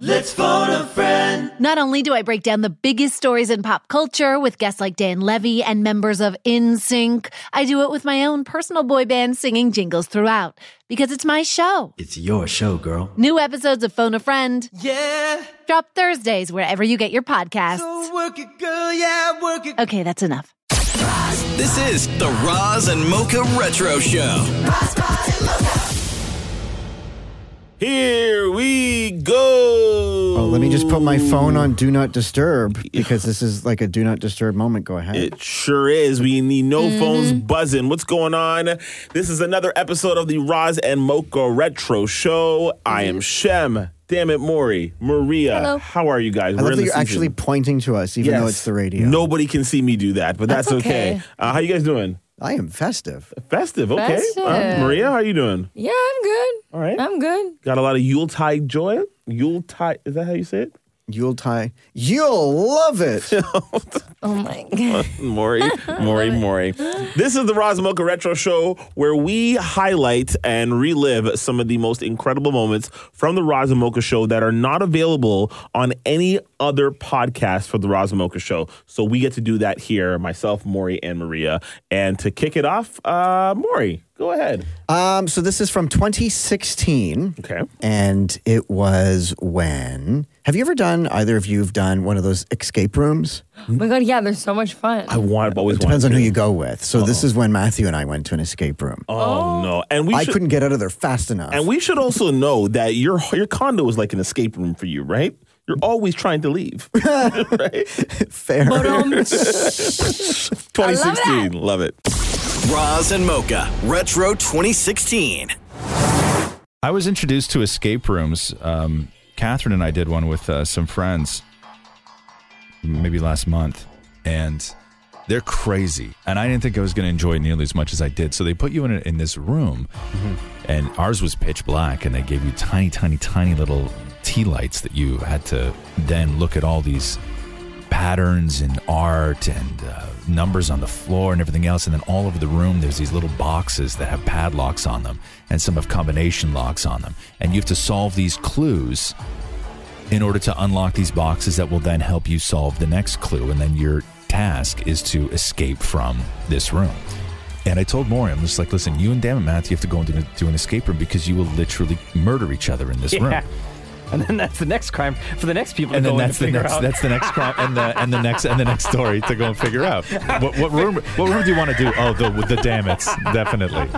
let's phone a friend. Not only do I break down the biggest stories in pop culture with guests like Dan Levy and members of InSync, I do it with my own personal boy band singing jingles throughout because it's my show. It's your show, girl. New episodes of Phone a Friend Yeah. drop Thursdays wherever you get your podcasts. So work it, girl. Yeah, work it. Okay, that's enough. This is the Roz and Mocha Retro Show. Here we go. Oh, let me just put my phone on do not disturb because this is like a do not disturb moment. Go ahead. It sure is. We need no phones buzzing. What's going on? This is another episode of the Roz and Mocha Retro Show. I am Shem. Damn it, Maury, Maria. Hello. How are you guys? I We're love that in the you're season. actually pointing to us, even though Yes. it's the radio. Nobody can see me do that, but that's, That's okay. okay. Uh, how you guys doing? I am festive. Festive, okay. Festive. Uh, Maria, how you doing? Yeah, I'm good. All right. I'm good. Got a lot of Yuletide joy. Yuletide, is that how you say it? You'll tie. You'll love it. Oh my god. Maury, Maury, Maury. This is the Rosmoka Retro Show where we highlight and relive some of the most incredible moments from the Rosmoka Show that are not available on any other podcast for the Rosmoka Show. So we get to do that here, myself, Maury, and Maria. And to kick it off, uh, Maury, go ahead. um, so this is from 2016. Okay. And it was when. Have you ever done, either of you have done one of those escape rooms? Oh my god, yeah, they're so much fun. I want, I've always Depends on wanted who to. you go with. So this is when Matthew and I went to an escape room. Oh, no. And we I should- couldn't get out of there fast enough. And we should also know that your your condo is like an escape room for you, right? You're always trying to leave. right? Fair. um, 2016. Love, it. Roz and Mocha Retro 2016. I was introduced to escape rooms. Um, Catherine and I did one with uh, some friends, maybe last month, and they're crazy. And I didn't think I was going to enjoy it nearly as much as I did. So they put you in a, in this room, and ours was pitch black, and they gave you tiny, tiny, tiny little tea lights that you had to then look at all these patterns and art and uh, numbers on the floor and everything else. And then all over the room, there's these little boxes that have padlocks on them, and some have combination locks on them. And you have to solve these clues in order to unlock these boxes that will then help you solve the next clue. And then your task is to escape from this room. And I told Maury, I'm just like, listen, you and Damn Math, you have to go into to an escape room because you will literally murder each other in this room And then that's the next crime for the next people to and go in to then that's the figure next out. that's the next crime and the and the next and the next story to go and figure out what, what room what room do you want to do oh the the damn it's definitely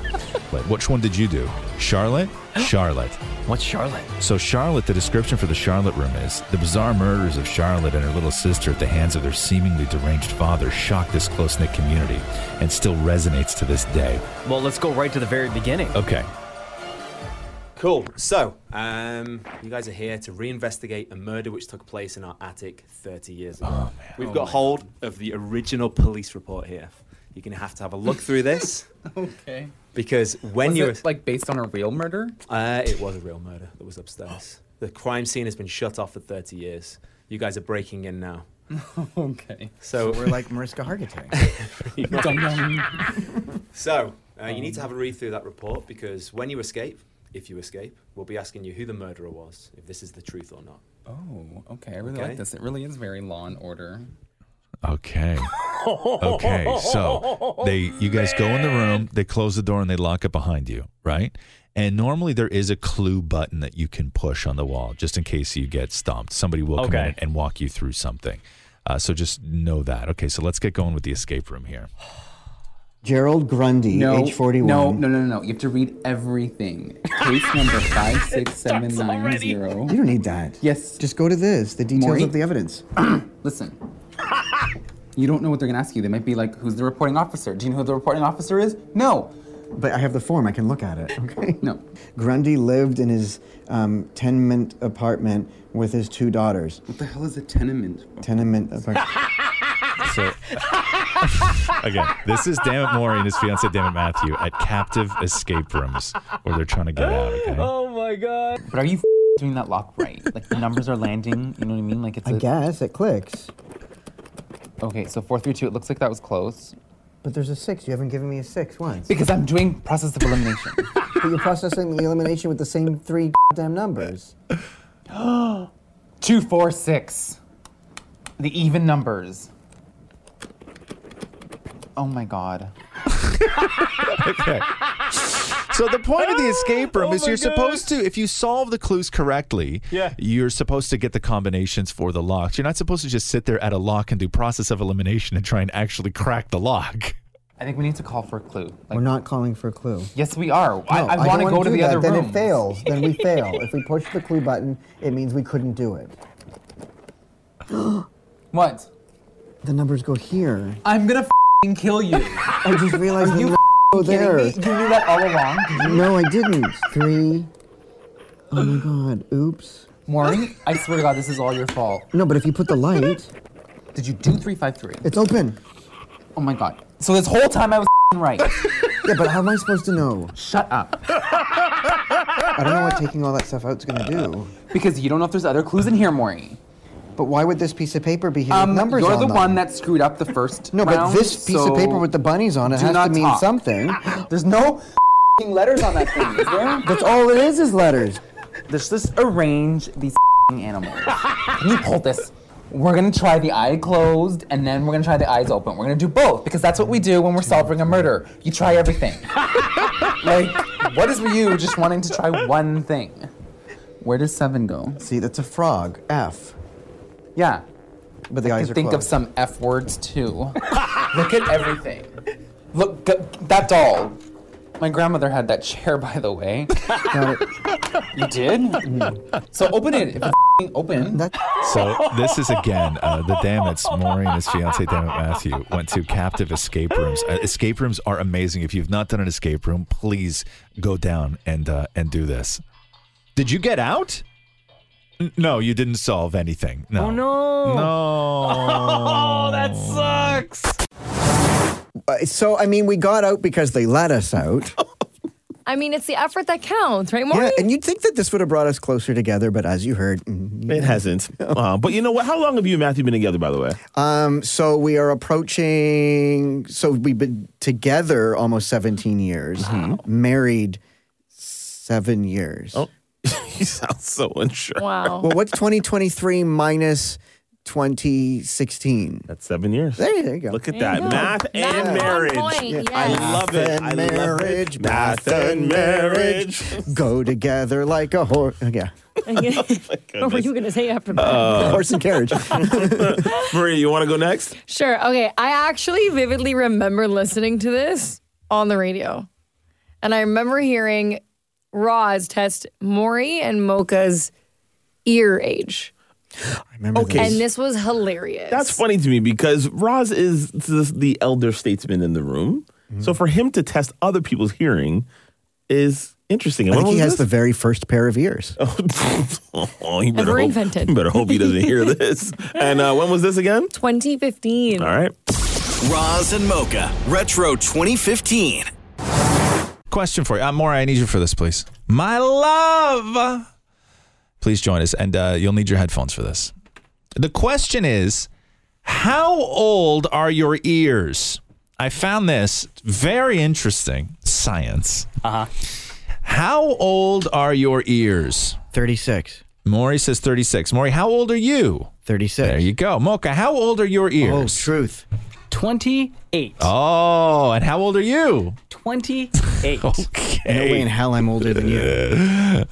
like which one did you do charlotte charlotte What's Charlotte? so charlotte the description for the charlotte room is the bizarre murders of charlotte and her little sister at the hands of their seemingly deranged father shocked this close-knit community and still resonates to this day Well, let's go right to the very beginning. okay Cool. So, um, you guys are here to reinvestigate a murder which took place in our attic 30 years ago. Oh, We've got hold of the original police report here. You're going to have to have a look through this Okay. because when Was you're. it like based on a real murder? Uh, it was a real murder that was upstairs. The crime scene has been shut off for 30 years. You guys are breaking in now. Okay. So, We're like Mariska Hargitay. Dum dum. So, uh, you need to have a read through that report because when you escape, if you escape, we'll be asking you who the murderer was, if this is the truth or not. Oh, okay. I really Okay. like this. It really is very Law and Order. Okay. okay. So they you guys go in the room, they close the door and they lock it behind you, right? And normally there is a clue button that you can push on the wall just in case you get stumped. Somebody will come in Okay. and- and walk you through something. Uh, so just know that. Okay, so let's get going with the escape room here. Gerald Grundy, No, age 41. No, no, no, no. You have to read everything. Case number five six seven nine zero. You don't need that. Yes. Just go to this, the details Maury? of the evidence. Listen. You don't know what they're gonna ask you. They might be like, "Who's the reporting officer? Do you know who the reporting officer is?" No. But I have the form, I can look at it, okay? No. Grundy lived in his um, tenement apartment with his two daughters. What the hell is a tenement? Tenement apartment. So again, this is Dammit Maury and his fiance Dammit Matthew at captive escape rooms where they're trying to get out. Okay. Oh my god. But are you f- doing that lock right? Like the numbers are landing. You know what I mean? Like it's. I a- guess it clicks. Okay, so 432, it looks like that was close. But there's a six. You haven't given me a six once. Because I'm doing process of elimination. But you're processing the elimination with the same three damn numbers. Two, four, six. The even numbers. Oh my god. okay. So the point of the escape room is you're supposed to, if you solve the clues correctly, Yeah. you're supposed to get the combinations for the locks. You're not supposed to just sit there at a lock and do process of elimination and try and actually crack the lock. I think we need to call for a clue. We're not calling for a clue. Yes, we are. I, No, Uh, I, don't want to wanna go to do the that. other then room. it fails. Then we fail. If we push the clue button, it means we couldn't do it. What? The numbers go here. I'm gonna f***ing kill you. I just realized the you numbers go Kidding there. me? You knew that all along. No, I didn't. Three. Oh my god. Oops. Maureen, I swear to God, this is all your fault. No, but if you put the light, Did you do 353? it's open. Oh my God. So this whole time I was f***ing right. Yeah, but how am I supposed to know? Shut up. I don't know what taking all that stuff out's gonna do. Because you don't know if there's other clues in here, Maureen. But why would this piece of paper be here Um, with numbers you're on the them? one that screwed up the first No, round, but this piece so of paper with the bunnies on it do has to not mean talk. something. There's no f***ing letters on that thing, is there? That's all it is is letters. Let's just arrange these f***ing animals. Can you hold this? We're gonna try the eye closed and then we're gonna try the eyes open. We're gonna do both because that's what we do when we're solving a murder. You try everything. like, what is with you just wanting to try one thing? Where does seven go? See, that's a frog. F. Yeah. But the I eyes can are think of closed. some F words too. Look at everything. Look, g- that doll. My grandmother had that chair, by the way. Got it. You did? Mm-hmm. So open it. If it's f***ing open. So this is again uh, the damage Maury and his fiance Dammit Matthew went to captive escape rooms. Uh, escape rooms are amazing. If you've not done an escape room, please go down and uh, and do this. Did you get out? N- No, you didn't solve anything. No. Oh no. No. That sucks. Uh, So I mean, we got out because they let us out. Oh, I mean, it's the effort that counts, right, Maureen? yeah, and you'd think that this would have brought us closer together, but as you heard, mm, It hasn't. Uh, but you know what? How long have you and Matthew been together, by the way? um, so we are approaching. So we've been together almost 17 years, married seven years. Mm-hmm. Oh. you sound so unsure. Wow. Well, what's 2023 minus 2016? That's seven years. There, you- there you go. Look at There that. you go. Math and Math on marriage. point, yes. I love it. I Math and love marriage, it. Math and marriage. go together like a horse. Yeah, Oh what were you going to say after that? Uh, horse and carriage. Maria, you want to go next? Sure. Okay. I actually vividly remember listening to this on the radio. And I remember hearing Roz test Maury and Mocha's ear age. Remember Okay. this. And this was hilarious. That's funny to me because Roz is the, the elder statesman in the room. Mm-hmm. So for him to test other people's hearing is interesting. And I when think he was has the this? very first pair of ears. oh, you better, Ever hope, invented. you better hope he doesn't hear this. And uh, when was this again? 2015. All right. Roz and Mocha Retro 2015. Question for you, uh, Maury. I need you for this, please. My love, please join us, and uh, you'll need your headphones for this. The question is, how old are your ears? I found this very interesting science. Uh Uh-huh. huh. How old are your ears? 36. Maury says 36. Maury, how old are you? 36. There you go. Mocha, how old are your Oh, ears? truth. 28. Oh, and how old are you? 28. No way in Okay. hell I'm older than you.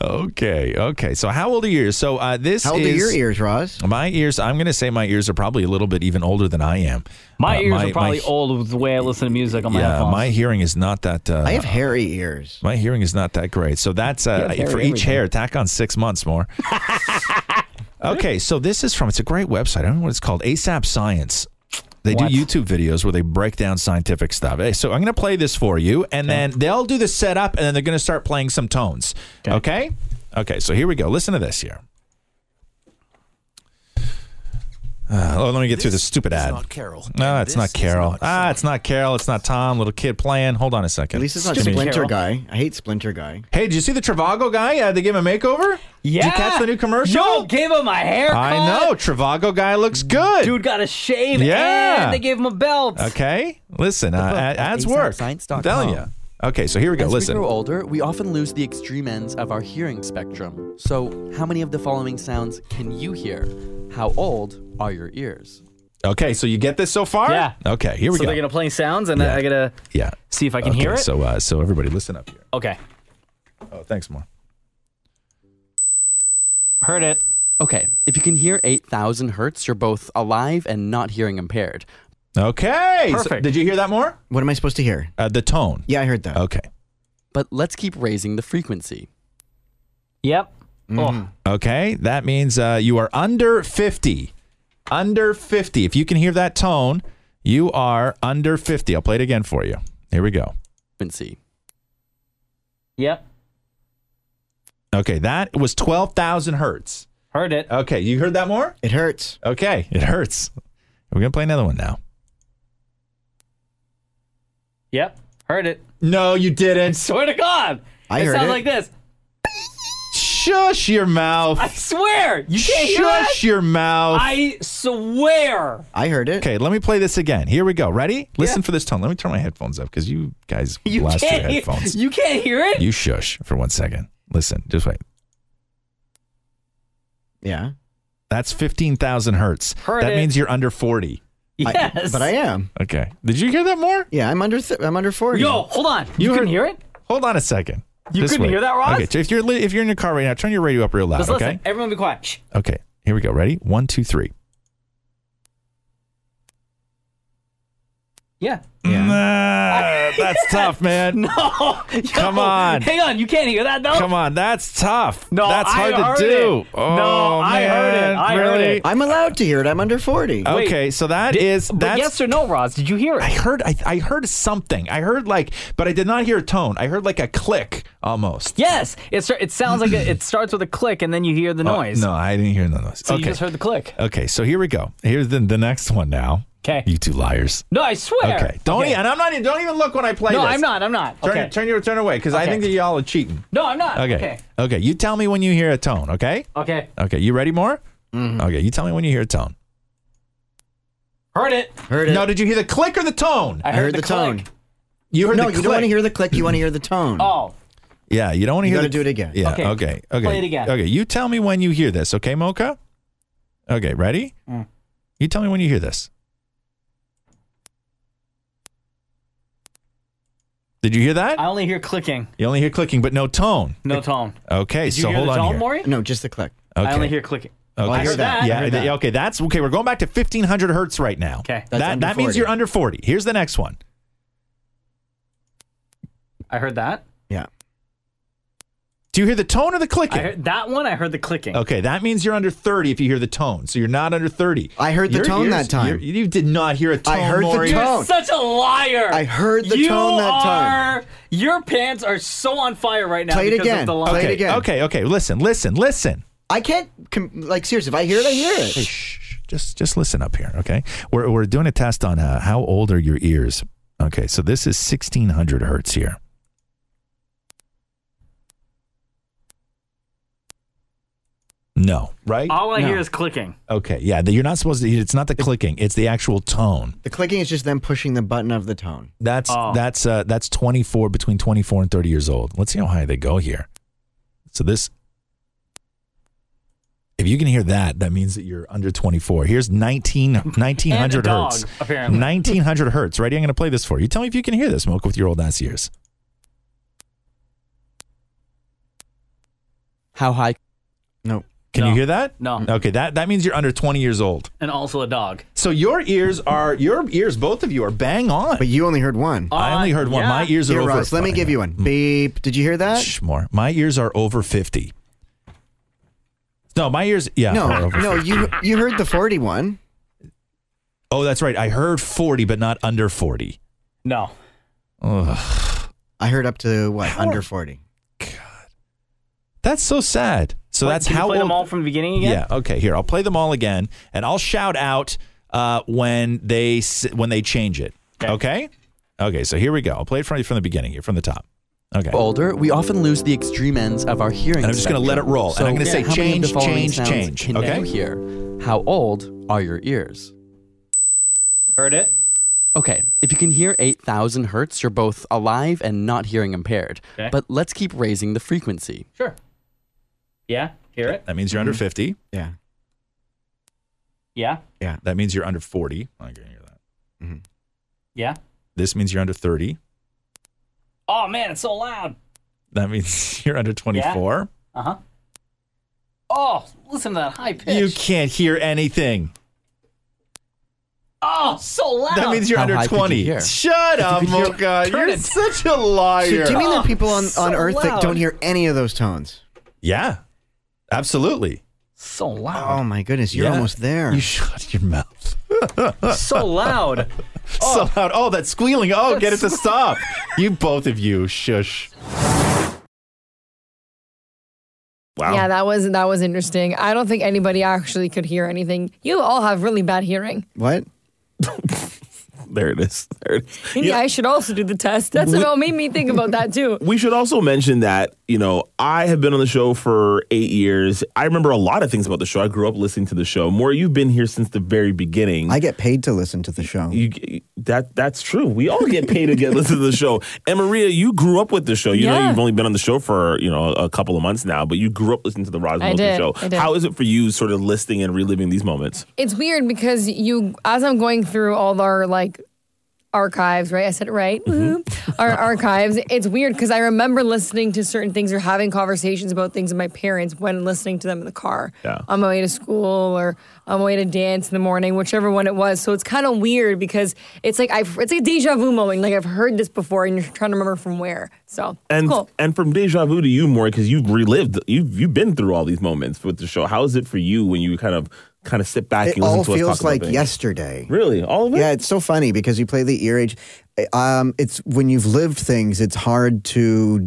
Okay. Okay. So, how old are your ears? So, uh, this How old is are your ears, Roz? My ears, I'm going to say my ears are probably a little bit even older than I am. My Uh, ears are probably my- old with the way I listen to music on my Yeah, headphones. my hearing is not that. Uh, I have hairy ears. my hearing is not that great. So that's uh, Yeah, for very each hair, tack on six months more. okay, so this is from, it's a great website. I don't know what it's called ASAP Science. They What? do YouTube videos where they break down scientific stuff. Hey, so I'm going to play this for you, and then they'll do the setup, and then they're going to start playing some tones. Okay? Okay, so here we go. Listen to this here. Uh, oh, let me get through this stupid ad. not Carol. No, And it's this not is Carol. not ah, Sean. it's not Carol. It's not Tom. Little kid playing. Hold on a second. At least it's not Stupid Splinter Carol. Guy. I hate Splinter Guy. Hey, did you see the Travago guy? Uh, they gave him a makeover. Yeah. Did you catch the new commercial? Yo, give him a haircut. I know Travago guy looks good. Dude got a shave. Yeah. And they gave him a belt. Okay, listen. Uh, book ad- at ads work. ASAPScience.com. I'm telling you. Okay, so here we go. As listen. we grow older, we often lose the extreme ends of our hearing spectrum. So, how many of the following sounds can you hear? How old are your ears? Okay, so you get this so far? Yeah. Okay, here we so go. they're gonna play sounds, and Yeah. I gotta yeah. see if I can okay, hear it. So, uh, so everybody, listen up here. okay, Oh, thanks, more. heard it. Okay, if you can hear 8,000 hertz, you're both alive and not hearing impaired. Okay. so- Perfect. did you hear that more? What am I supposed to hear? Uh, the tone. Yeah, I heard that. Okay. But let's keep raising the frequency. Yep. Mm-hmm. Okay. That means uh, you are under 50. Under 50. If you can hear that tone, you are under 50. I'll play it again for you. Here we go. Frequency. Yep. Okay. That was 12,000 hertz. Heard it. Okay. You heard that more? It hurts. Okay. It hurts. We're going to play another one now. Yep. Heard it. No, you didn't. Swear to God. I it heard sounds it. like this. Shush your mouth. I swear. You can't hear that? Shush your mouth. I swear. I heard it. Okay, let me play this again. Here we go. Ready? Listen for this tone. Let me turn my headphones up because you guys You blast your can't. hear- headphones. You can't hear it. You shush for one second. Listen, just wait. Yeah. That's 15,000 hertz. Heard that it. means you're under 40. I- yes. but I am. Okay. Did you hear that more? Yeah, I'm under. Th- I'm under forty. Yo, hold on. You, couldn't heard- hear it. Hold on a second. You This couldn't way. hear that, Ross? Okay, so if you're, li- if you're in your car right now, turn your radio up real loud, Just okay? listen. Everyone, be quiet. Shh. Okay, here we go. Ready? One, two, three. Yeah. Nah, that's tough, man. No. Yo, Come on. Hang on. You can't hear that though. Come on, that's tough. No, that's I hard heard to do. it. Oh, No, I heard it. man, I heard really? it. I'm allowed to hear it. I'm under forty. Wait. Okay, so that Did- is but that's yes or no, Roz? Did you hear I it? heard I, I heard something. I heard like but I did not hear a tone. I heard like a click almost. Yes. It start, it sounds like a, it starts with a click, and then you hear the Oh, noise. no, I didn't hear no noise. So okay. you just heard the click. okay, so here we go. Here's the, the next one now. 'Kay. You two liars. No, I swear. Okay. Don't e- and I'm not even don't even look when I play No, this. I'm not. I'm not. Turn okay. turn your turn away cuz I Okay. think that y'all are cheating. No, I'm not. Okay. Okay. Okay, you tell me when you hear a tone, okay? Okay. Okay, you ready more? Mm-hmm. Okay, you tell me when you hear a tone. Heard it. Heard it. Now, did you hear the click or the tone? I I heard the, click. tone. You heard No, the you click. don't want to hear the click. You want to hear the tone. Oh. Yeah, you don't want to You hear. gotta the- do it again. Yeah. Okay. Okay. Okay. Play it again. Okay. You tell me when you hear this. Okay, Mocha. Okay. Ready? Mm. You tell me when you hear this. Did you hear that? I only hear clicking. you only hear clicking, but no tone. No tone. Okay. Did you so hear hold the on tone, here. Maury? No, just the click. Okay. I only hear clicking. Okay. I heard that. Yeah. I heard th- that. Okay. That's okay. We're going back to fifteen hundred hertz right now. Okay. That's That under that means 40. you're under forty. Here's the next one. I heard that. Yeah. Do you hear the tone or the I clicking? heard that one. I heard the clicking. Okay, that means you're under 30 if you hear the tone. So you're not under 30. I heard the Your tone ears- that time. your- You did not hear a tone. I heard the Maury. You're tone. such a liar. I heard the you tone that time. are, Your pants are so on fire right now. Play it because again. Of the lie. Play it Okay, again. okay, okay. Listen, listen, listen. I can't. Com- like seriously, if I hear it, I hear Hey, it. shh, shh, just just listen up here, okay? We're we're doing a test on uh, how old are your ears? Okay, so this is 1600 hertz here. No, right? All I No. hear is clicking. Okay, yeah. the- You're not supposed to. It's not the clicking. It's the actual tone. The clicking is just them pushing the button of the tone. That's Oh. that's uh, that's 24 between 24 and 30 years old. Let's see how high they go here. So this if you can hear that, that means that you're under 24. Here's 19 And a 1900 dog, hertz. apparently. 1900 hertz. Ready? I'm going to play this for you. Tell me if you can hear this, Mocha, with your old ass ears. How high? No. Can you No. hear that? No. Okay, that that means you're under 20 years old. And also a dog. So your ears are your ears. Both of you are bang on. But you only heard one. I only heard one. Uh, yeah. My ears are Here, over. Hmm. Ross, let me give you one. Beep. Did you hear that? Shh, more. My ears are over 50. No, my ears, yeah. are No, over no, 50. you you heard the forty one. Oh, that's right. I heard 40, but not under 40. No. Ugh. I heard up to what under forty. That's so sad. So Wait, that's can you how play old. them all from the beginning again? Yeah. Okay. Here, I'll play them all again, and I'll shout out uh, when they s- when they change it. Okay. okay. So here we go. I'll play it from from the beginning here, from the top. Okay. Older, we often lose the extreme ends of our hearing. And I'm just gonna let it roll, and I'm gonna say how many of the change, following change, sounds change, Can okay? you hear? How old are your ears? Heard it? Okay, if you can hear 8,000 hertz, you're both alive and not hearing impaired. Okay. But let's keep raising the frequency. Sure. Yeah. Hear it? That means you're under 50. Yeah. Yeah. Yeah. That means you're under 40. I can hear that. Yeah. This means you're under 30. Oh man, it's so loud. That means you're under 24. Uh huh. Oh, listen to that high pitch. You can't hear anything. Oh, so loud. That means you're under 20. Shut up, Mocha. Turn You're it. such a liar. So do you mean that people on, on Earth that Oh, loud. don't hear any of those tones? Yeah. Absolutely. So loud. Oh my goodness, you're Yeah. almost there. You shut your mouth. So loud. So loud. Oh, that squealing. Oh, get it to stop. you both of you. Shush. Wow. Yeah, that was that was interesting. I don't think anybody actually could hear anything. You all have really bad hearing. what? There it is. There it is. Maybe I should also do the test. That's what, all made me think about that too. We should also mention that, you know, I have been on the show for eight years. I remember a lot of things about the show. I grew up listening to the show. More, you've been here since the very beginning. I get paid to listen to the show. you, that that's true. We all get paid to get listen to the show. And Maria, you grew up with the show. You know, Yeah. you've only been on the show for you know a couple of months now, but you grew up listening to the Roz I Mocha did, show. I did. How is it for you, sort of listing and reliving these moments? It's weird because you, as I'm going through all our like archives, right? I said it right. Woo. Our archives. It's weird because I remember listening to certain things or having conversations about things with my parents when listening to them in the car Yeah. on my way to school or on my way to dance in the morning, whichever one it was. So it's kind of weird because it's like I've it's like a deja vu moment. Like I've heard this before, and you're trying to remember from where. So it's And cool. and from deja vu to you, more because you've relived, you've you've been through all these moments with the show. How is it for you when you kind of kind of sit back It and all listen to us talk feels about like things? yesterday. Really, all of it. Yeah, it's so funny because you play the ear age. Um, it's when you've lived things, it's hard to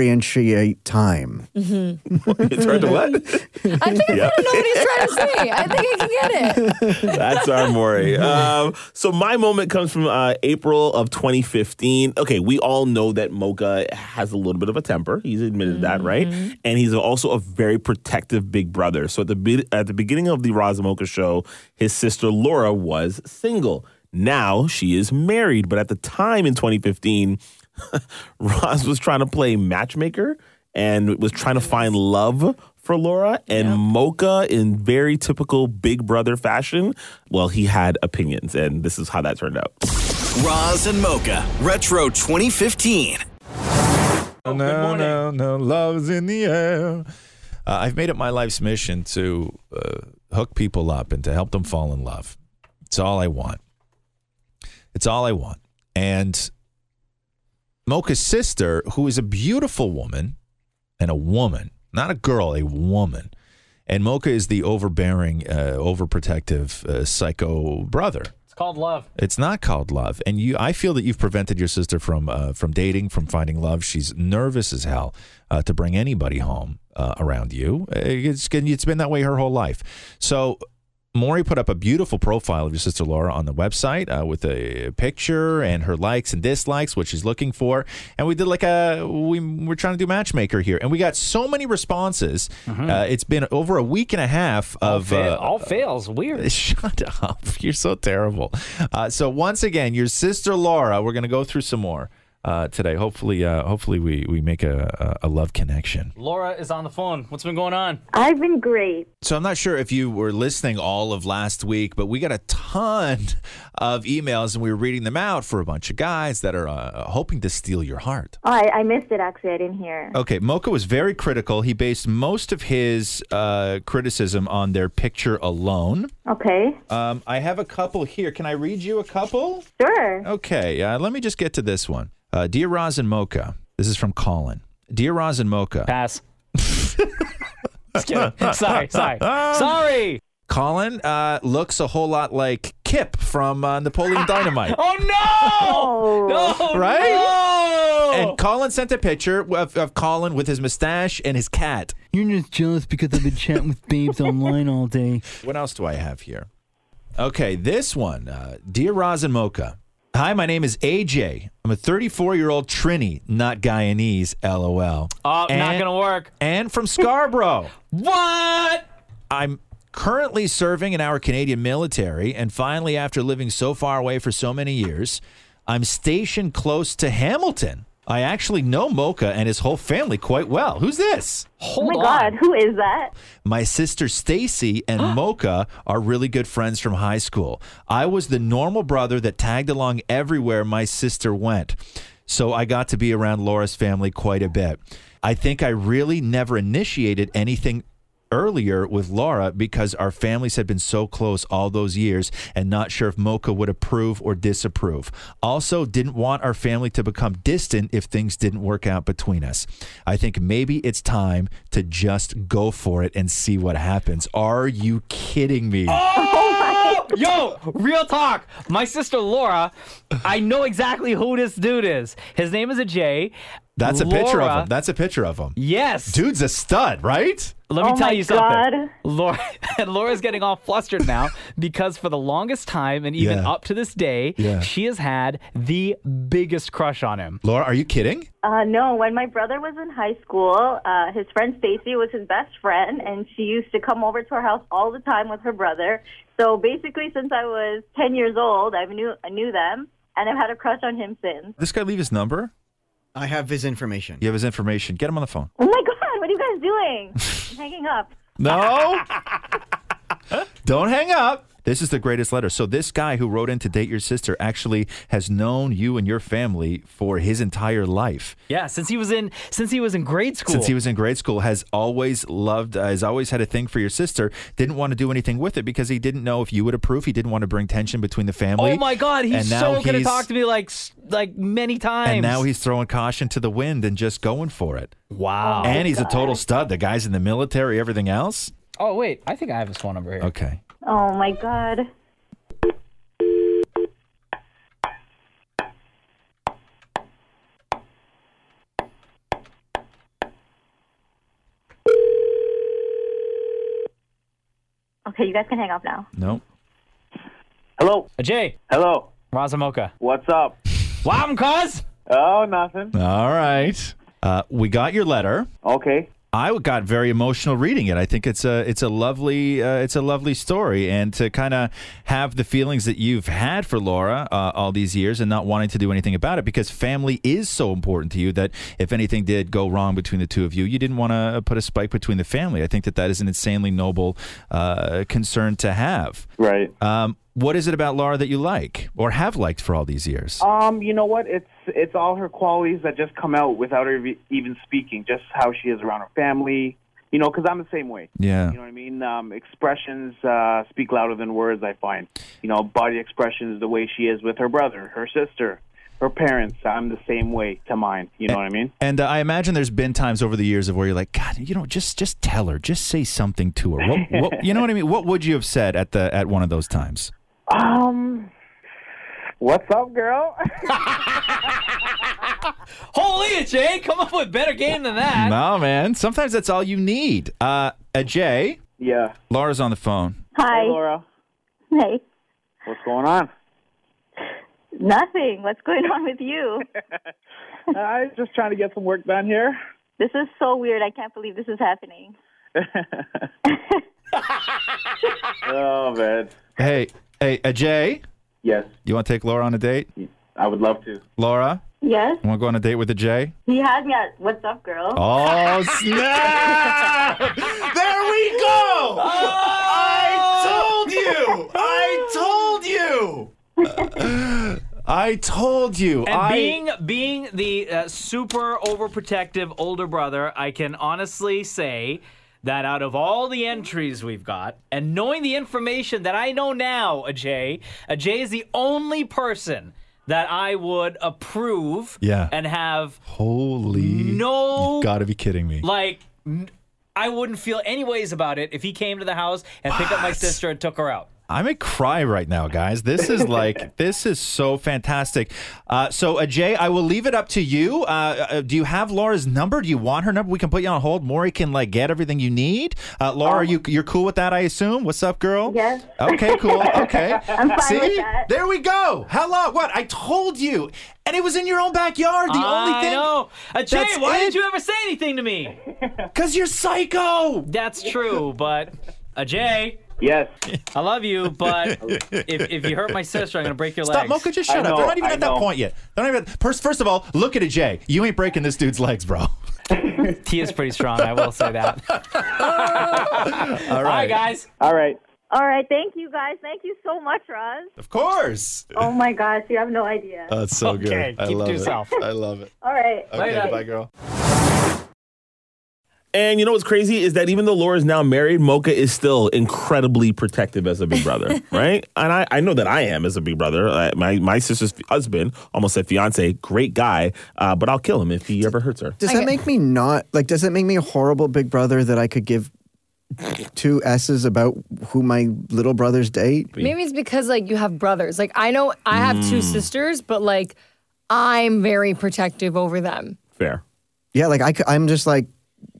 differentiate time. it's hard to what? I think I kind of know what he's trying to say. I think I can get it. That's our Maury. Um, so my moment comes from uh, April of 2015. Okay, we all know that Mocha has a little bit of a temper. He's admitted that, right? And he's also a very protective big brother. So at the be- at the beginning of the Roz and Mocha show, his sister Laura was single. Now she is married, but at the time in 2015, Roz was trying to play matchmaker and was trying to find love for Laura and Mocha in very typical big brother fashion. Well, he had opinions and this is how that turned out. Roz and Mocha Retro 2015. no, no, no, love's in the air. Uh, I've made it my life's mission to uh, hook people up and to help them fall in love. It's all I want. It's all I want. And Mocha's sister, who is a beautiful woman and a woman, not a girl, a woman. And Mocha is the overbearing, uh, overprotective uh, psycho brother. It's called love. It's not called love, and you. I feel that you've prevented your sister from uh, from dating, from finding love. She's nervous as hell uh, to bring anybody home uh, around you. Uh, It's it's been that way her whole life. So. Maury put up a beautiful profile of your sister Laura on the website uh, with a picture and her likes and dislikes, what she's looking for, and we did like a we we're trying to do matchmaker here, and we got so many responses. Uh, it's been over a week and a half of Fa- uh, all fails. Weird. Shut up. You're so terrible. Uh, so once again, your sister Laura, we're going to go through some more uh, today. Hopefully, uh, hopefully we, we make a, a a love connection. Laura is on the phone. What's been going on? I've been great. So I'm not sure if you were listening all of last week, but we got a ton of emails and we were reading them out for a bunch of guys that are uh, hoping to steal your heart. Oh, I, I missed it actually. I didn't hear. Okay, Mocha was very critical. He based most of his uh, criticism on their picture alone. Okay. Um, I have a couple here. Can I read you a couple? Sure. Okay, uh, let me just get to this one. Uh, Dear Roz and Mocha, this is from Colin. Dear Roz and Mocha, Pass. Just kidding. sorry. Sorry. sorry. Colin uh, looks a whole lot like Kip from uh, Napoleon Dynamite. Oh no! No, right? No! And Colin sent a picture of, of Colin with his mustache and his cat. You're just jealous because I've been chatting with babes online all day. What else do I have here? Okay, this one. Uh, Dear Roz and Mocha. Hi, my name is AJ. I'm a 34 year old Trini, not Guyanese, lol. Oh, And- not going to work. And from Scarborough. What? I'm currently serving in our Canadian military, and finally, after living so far away for so many years, I'm stationed close to Hamilton. I actually know Mocha and his whole family quite well. Who's this? oh my God, who is that? My sister Stacy and Mocha are really good friends from high school. I was the normal brother that tagged along everywhere my sister went. So I got to be around Laura's family quite a bit. I think I really never initiated anything earlier with Laura because our families had been so close all those years and not sure if Mocha would approve or disapprove. Also, didn't want our family to become distant if things didn't work out between us. I think maybe it's time to just go for it and see what happens. Are you kidding me? Oh, Yo, real talk. My sister Laura, I know exactly who this dude is. His name is a J. That's a picture of Laura- him. That's a picture of him. Yes. Dude's a stud, right? Let me Oh tell my you God. something. Laura Laura's getting all flustered now because for the longest time and even Yeah. up to this day, Yeah. she has had the biggest crush on him. Laura, are you kidding? Uh, no, when my brother was in high school, uh, his friend Stacy was his best friend, and she used to come over to our house all the time with her brother. So basically, since I was ten years old, I knew I knew them, and I've had a crush on him since. This guy leave his number? I have his information. You have his information. Get him on the phone. Oh my God, what are you guys doing? I'm hanging up. No. Don't hang up. This is the greatest letter. So this guy who wrote in to date your sister actually has known you and your family for his entire life. Yeah, since he was in since he was in grade school. Since he was in grade school, has always loved, uh, has always had a thing for your sister. Didn't want to do anything with it because he didn't know if you would approve. He didn't want to bring tension between the family. Oh my God, And he's now so gonna he's- talk to me like s- like many times. And now he's throwing caution to the wind and just going for it. Wow. and he's a total stud. The guy's in the military, everything else. Oh wait, I think I have his phone number here. Okay. Oh my God. Okay, you guys can hang up now. No. Hello. Jay. Hello. Razamoka. What's up? Wow, cuz? Oh, nothing. All right. Uh, we got your letter. Okay. I got very emotional reading it. I think it's a it's a lovely uh, it's a lovely story, and to kind of have the feelings that you've had for Laura uh, all these years, and not wanting to do anything about it because family is so important to you that if anything did go wrong between the two of you, you didn't want to put a spike between the family. I think that that is an insanely noble uh, concern to have. Right. Um, what is it about Laura that you like or have liked for all these years? Um, you know what? It's it's all her qualities that just come out without her ev- even speaking. Just how she is around her family. You know, because I'm the same way. Yeah. You know what I mean? Um, expressions uh, speak louder than words. I find. You know, body expressions, the way she is with her brother, her sister, her parents. I'm the same way to mine. You know what I mean? And uh, I imagine there's been times over the years of where you're like, God, you know, just just tell her, just say something to her. What, what, you know what I mean? What would you have said at the at one of those times? Um, what's up, girl? Holy Jay, come up with better game than that. No, man. Sometimes that's all you need. Uh, Ajay. Yeah. Laura's on the phone. Hi. Hey, Laura. Hey. What's going on? Nothing. What's going on with you? I'm just trying to get some work done here. This is so weird. I can't believe this is happening. oh man. Hey, hey, Ajay. Yes. You want to take Laura on a date? I would love to. Laura, Yes? want to go on a date with Ajay? He had me at What's Up, Girl? Oh snap! There we go! I told you! I told you! I told you. And I being being the uh, super overprotective older brother, I can honestly say that out of all the entries we've got, and knowing the information that I know now, Ajay, Ajay is the only person that I would approve Yeah. and have holy. No. You've got to be kidding me. like n- I wouldn't feel any ways about it if he came to the house and picked up my sister and took her out. I'm a cry right now, guys. This is like this is so fantastic. Uh, so Ajay, I will leave it up to you. Uh, uh, do you have Laura's number? Do you want her number? We can put you on hold. Maury can like get everything you need. Uh, Laura, are you you're cool with that? I assume. What's up, girl? Oh. Yes. Okay, cool. Okay. I'm fine See, with that. there we go. How long? What? I told you, and it was in your own backyard. The only I thing. know. Ajay, That's why it. did you ever say anything to me? Cause you're psycho. That's true, but Ajay. Yes. I love you, but if, if you hurt my sister, I'm gonna break your Stop, legs. Mocha. Just shut up. They're not even at that point yet. They're not even. First, first of all, look at a Jay. You ain't breaking this dude's legs, bro. T is pretty strong. I will say that. All right. guys. All right. All right. Thank you, guys. Thank you so much, Roz. Of course. Oh my gosh, you have no idea. Oh, it's so Okay, good. I keep it to love yourself. it. I love it. All right. Okay, bye, girl. And you know what's crazy is that even though Laura's now married, Mocha is still incredibly protective as a big brother, right? And I, I know that I am as a big brother. I, my my sister's husband, almost said fiance, great guy, uh, but I'll kill him if he ever hurts her. Does that make me not like? Does that make me a horrible big brother that I could give two s's about who my little brothers date? Maybe it's because like you have brothers. Like I know I have two Mm. sisters, but like I'm very protective over them. Fair. Yeah, like I, am just like,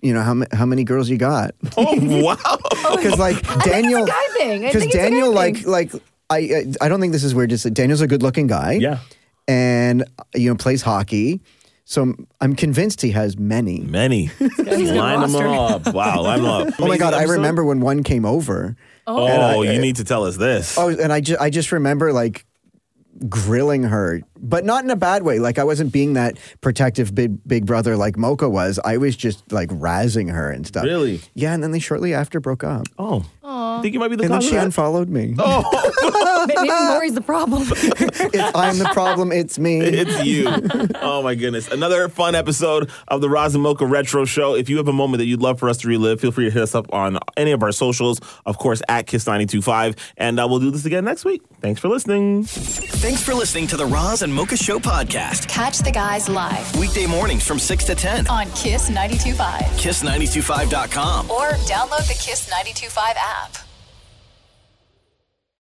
you know, how ma- how many girls you got? Oh wow! Because like Daniel, It's a guy thing. I because think it's a guy Daniel, thing. like, like I, I, I don't think this is weird. Just that Daniel's a good-looking guy. Yeah, and you know plays hockey. So I'm convinced he has many, many. Line them up. Wow, line them up. Oh my Amazing god, episode. I remember when one came over. Oh, And I- you need to tell us this. Oh, and I just I just remember like grilling her, but not in a bad way. Like I wasn't being that protective big big brother like Mocha was. I was just like razzing her and stuff. Really? Yeah. And then they shortly after broke up. Oh. Aw. Think you might be the and then cause of she that? unfollowed me. Maybe Maury's the problem. if I'm the problem, it's me. It's you. Oh my goodness. Another fun episode of the Roz and Mocha Retro Show. If you have a moment that you'd love for us to relive, feel free to hit us up on any of our socials, of course, at Kiss925. And uh, we'll do this again next week. Thanks for listening. Thanks for listening to the Roz and Mocha Show podcast. Catch the guys live Weekday mornings from 6 to 10. on Kiss 92.5 Kiss925.com. or download the Kiss 92.5 app.